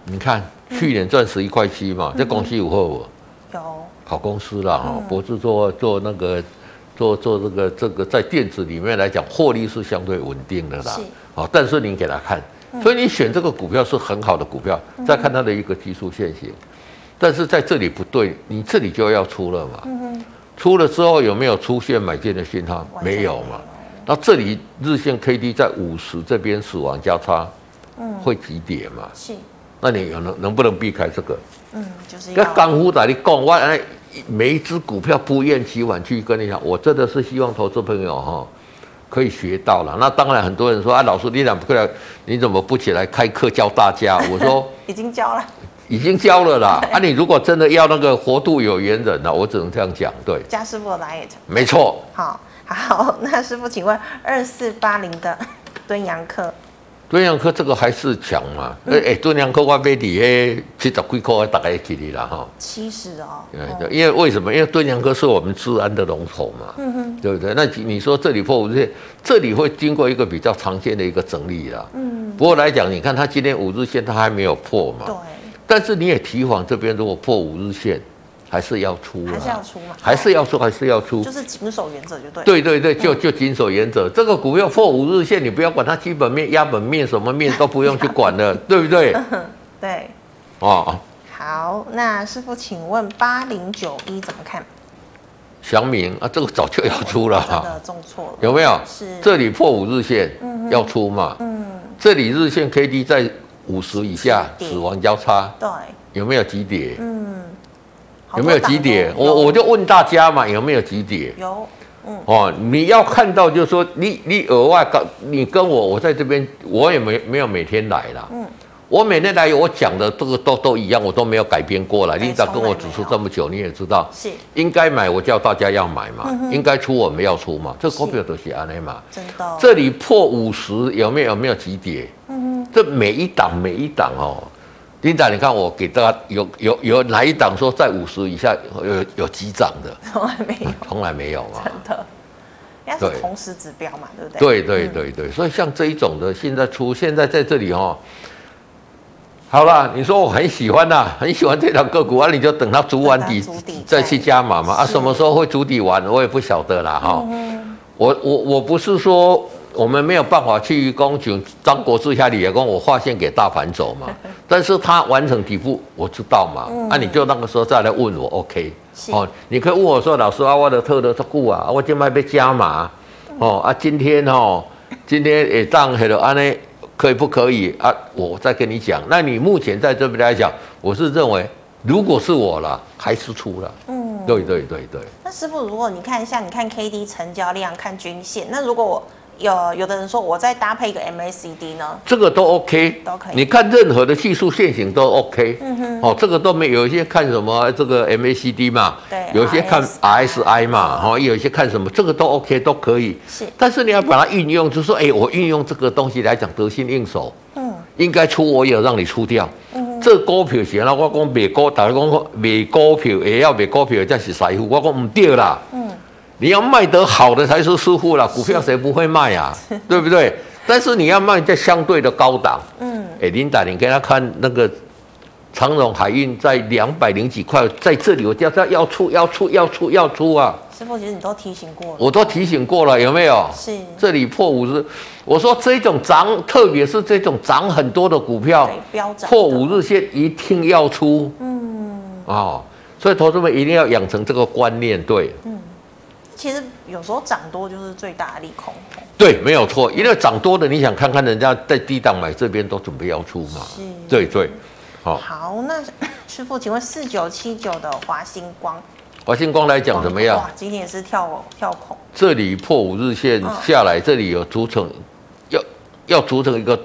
S2: 你看
S1: 嗯
S2: 去年赚十一块七嘛，这公司有后我
S1: 有
S2: 好公司啦
S1: 嗯
S2: 哈、哦。博士做做那个做做这个这个在电子里面来讲，获利是相对稳定的啦
S1: 是。嗯
S2: 好、但是你给他看，所以你选这个股票是很好的股票，再看它的一个技术线型。但是在这里不对，你这里就要出了嘛。
S1: 嗯
S2: 出了之后有没有出现买进的信号？
S1: 完全
S2: 没有嘛。那这里日线 K D 在五十这边死亡交叉，会急跌嘛？
S1: 是
S2: 那你有能能不能避开这个？
S1: 嗯，就是
S2: 那
S1: 要
S2: 港夫在你讲，我哎每一只股票不厌其烦去跟你讲，我真的是希望投资朋友哈、可以学到了。那当然，很多人说啊，老师你怎么不来？你怎么不起来开课教大家？我说 [LAUGHS]
S1: 已经交了，
S2: 已经教了啦。啊，你如果真的要那个活度有缘人了，我只能这样讲。对，
S1: 加师傅的 light。
S2: 没错。
S1: 好好，那师傅，请问二四八零的敦阳客
S2: 敦阳科这个还是强嘛？哎、哎，敦阳科我买底诶七十几块，大概记得啦哈。
S1: 七十哦，
S2: 对因为为什么？因为敦阳科是我们治安的龙头嘛，
S1: 嗯
S2: 对不对？那你说这里破五日线，这里会经过一个比较长线的一个整理啦。
S1: 嗯，
S2: 不过来讲，你看它今天五日线它还没有破嘛，
S1: 对，
S2: 但是你也提防这边如果破五日线，还是要出啦，
S1: 还是要出嘛
S2: 还是要出，还是要出
S1: 就。是谨守原则就对。，
S2: 对对对，就就谨守原则。这个股票破五日线，你不要管它基本面、压本面什么面都不用去管
S1: [LAUGHS]
S2: 了，对不对？
S1: 对，
S2: 哦，
S1: 好，那师傅，请问八零九一怎么看？
S2: 祥明啊，这个早就要出了
S1: 真
S2: 啊。
S1: 的中错了，
S2: 有没有？
S1: 是
S2: 这里破五日线、要出嘛？
S1: 嗯，
S2: 这里日线 K D 在五十以下，
S1: 是
S2: 死亡交叉
S1: 对，
S2: 有没有急跌？
S1: 嗯，好
S2: 有
S1: 多
S2: 没有
S1: 档哦
S2: 急跌？
S1: 都
S2: 我我就问大家嘛，有没有急跌？
S1: 有
S2: 嗯，哦，你要看到就是说你你额外搞你跟我我在这边我也没没有每天来啦，嗯，我每天来我讲的这个都都一样，我都没有改变过来。
S1: 对
S2: 你只要跟我指
S1: 哎从来没有
S2: 出这么久，你也知道
S1: 是
S2: 应该买我叫大家要买嘛，
S1: 嗯
S2: 应该出我们要出嘛，这股票都是安内嘛。
S1: 真的哦，
S2: 这里破五十有没有有没有急跌？这每一档每一档哦，琳达，你看我给大家有有有哪一档说在五十以下有有急涨的，
S1: 从来没有
S2: 从来没有嘛。
S1: 真
S2: [LAUGHS]
S1: 的，应该是
S2: 对
S1: 同时指标嘛，对不对？
S2: 对对对对，所以像这一种的，现在出现在在这里哦。好啦，你说我很喜欢呐、啊很喜欢这档个股啊，你就等它筑完底
S1: 等它筑底
S2: 再去加码嘛。啊，
S1: 是
S2: 什么时候会筑底完，我也不晓得啦哈、
S1: 嗯
S2: 我我我不是说我们没有办法去攻就张国志下里也跟我划线给大盘走嘛，但是他完成底部我知道嘛，啊你就那个时候再来问我 OK，哦
S1: 是，
S2: 你可以问我说老师啊，我的特的特股啊，我今麦被加码，哦啊今天哦，今天也当黑了安呢，可以不可以啊？我再跟你讲，那你目前在这边来讲，我是认为如果是我啦，还是出了，嗯，对对对对。
S1: 那师傅，如果你看一下，你看 K D 成交量，看均线，那如果我有有的人说我再搭配一个 M A C D 呢？
S2: 这个都 OK，
S1: 都可以
S2: 你看任何的技术线型都 OK，嗯哼，哦，这个都没有一些看什么这个 MACD 嘛，
S1: 对
S2: 有一些看
S1: RSI
S2: RSI 嘛，哦，有一些看什么，这个都 OK 都可以，
S1: 是
S2: 但是你要把它运用，就是说，哎、我运用这个东西来讲得心应手，
S1: 嗯，
S2: 应该出我也有让你出掉，嗯，这股票是啦，我讲卖股，大家讲卖股票也要卖股票才是师傅，我讲唔对啦，你要卖得好的才嗯是师傅啦，股票谁不会卖啊？对不对？但是你要卖在相对的高档，嗯，哎，琳达，你给他看那个长荣海运在两百零几块，在这里我叫他要出要出要出要出啊！
S1: 师傅，其实你都提醒过了，
S2: 我都提醒过了，有没有？
S1: 是
S2: 这里破五十，我说这种涨，特别是这种涨很多的股票
S1: 对，飙涨的
S2: 破五日线一定要出。嗯，哦，所以投资们一定要养成这个观念，对。
S1: 其实有时候涨多就是最大的利空，
S2: 对，没有错，因为涨多的，你想看看人家在低档买，这边都准备要出嘛
S1: 是。
S2: 对对，哦好、
S1: 好，那 [LAUGHS] 师傅，请问四九七九的华星光
S2: 华星光来讲怎么样
S1: 哇？，今天也是跳跳空，
S2: 这里破五日线
S1: 嗯
S2: 下来，这里有组成，要要组成一个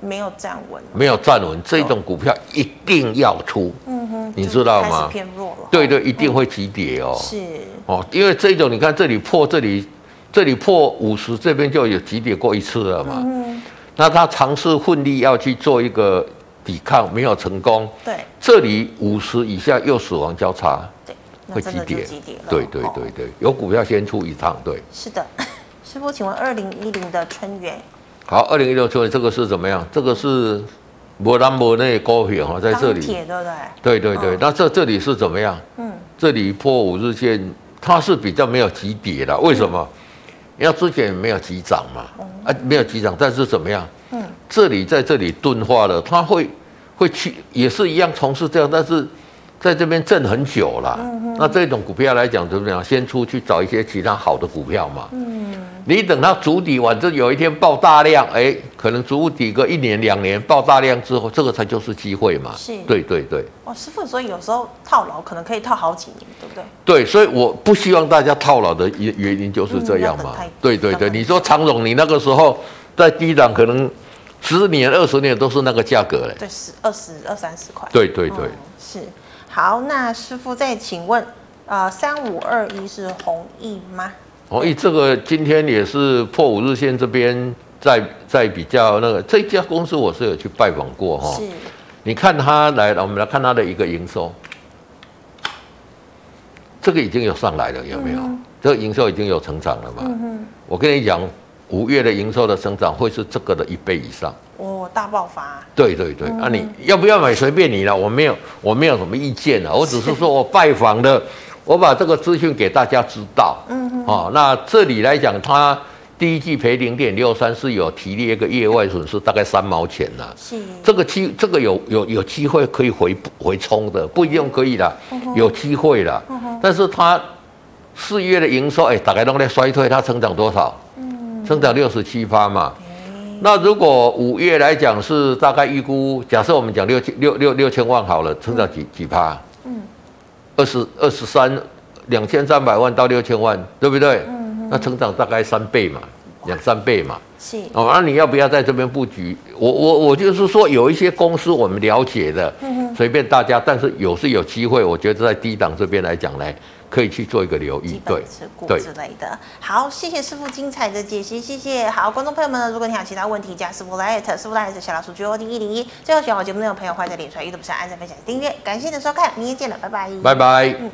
S1: 没有站稳，
S2: 没有站稳，这种股票一定要出。
S1: 嗯哼，
S2: 你知道吗
S1: 就是开始偏弱了，
S2: 对对，一定会急跌哦。
S1: 是，
S2: 哦，因为这种你看这里破这里，这里破五十，这边就有急跌过一次了嘛。
S1: 嗯，
S2: 那他尝试奋力要去做一个抵抗，没有成功。
S1: 对
S2: 这里五十以下又死亡交叉，
S1: 对，那
S2: 会急
S1: 真的就
S2: 跌，
S1: 急跌了，
S2: 对对
S1: 哦
S2: 对对，有股票先出一趟，对。
S1: 是的， [LAUGHS] 师傅，请问二零一零的春元，
S2: 好，二零一六年这个是怎么样？这个是摩兰摩内高票哦哈，在这
S1: 钢
S2: 里。
S1: 铁对不对？
S2: 对对对，那这这里是怎么样？
S1: 嗯，
S2: 这里破五日线，它是比较没有急跌的，为什么？
S1: 嗯
S2: 因为之前没有急涨嘛，啊，没有急涨，但是怎么样？
S1: 嗯，
S2: 这里在这里钝化了，它会会去也是一样从事这样，但是在这边震很久了。
S1: 嗯
S2: 那这种股票来讲怎么样？先出去找一些其他好的股票嘛。嗯，你等它筑底完，这有一天爆大量，哎，可能筑底个一年两年，爆大量之后，这个才就是机会嘛。
S1: 是
S2: 对对对。
S1: 哦，师傅，所以有时候套牢可能可以套好几年，对不对？
S2: 对，所以我不希望大家套牢的原原因就是这样
S1: 嗯要
S2: 嘛
S1: 等太。
S2: 对对对，
S1: 等太
S2: 你说长荣，你那个时候在低档可能十年、二十年都是那个价格嘞。
S1: 对，十二十二三十块。
S2: 对对对
S1: 嗯，是。好，那师傅再请问，呃，三五二一是弘毅吗？
S2: 哦，咦，这个今天也是破五日线这边在在比较那个这家公司，我是有去拜访过哈、
S1: 是，
S2: 你看它来，我们来看它的一个营收，这个已经有上来了，有没有？
S1: 嗯
S2: 这个营收已经有成长了嘛？我跟你讲，五月的营收的成长会是这个的一倍以上。
S1: 我哦大爆发。
S2: 对对对，啊，你要不要买随便你了，我没有我没有什么意见了，我只是说我拜访的，我把这个资讯给大家知道。嗯哦，那这里来讲，它第一季赔零点六三是有提列一个业外损失，大概三毛钱呐、
S1: 是，
S2: 这个机这个有有有机会可以回回冲的，不一定可以啦，有机会啦。但是它四月的营收，哎、大概都在衰退，它成长多少？成长六十七趴嘛。那如果五月来讲是大概预估，假设我们讲六千六六六千万好了，成长几、几趴？嗯，二十二十三，两千三百万到六千万，对不对？嗯那成长大概三倍嘛，两三倍嘛。
S1: 是
S2: 哦，那、你要不要在这边布局？我我我就是说，有一些公司我们了解的，
S1: 嗯
S2: 随便大家，但是有是有机会，我觉得在低档这边来讲呢，可以去做一个留
S1: 基
S2: 意。对
S1: 本持股
S2: 对
S1: 之类的。好，谢谢师傅精彩的解析，谢谢。好，观众朋友们呢，如果你还有其他问题，加师傅 light，师傅 light 小老鼠 G O D 一零一。最后喜欢我节目内容的朋友，欢迎在脸书、YouTube 上按赞、分享、订阅。感谢你的收看，明天见了，拜拜。
S2: 拜拜。
S1: 嗯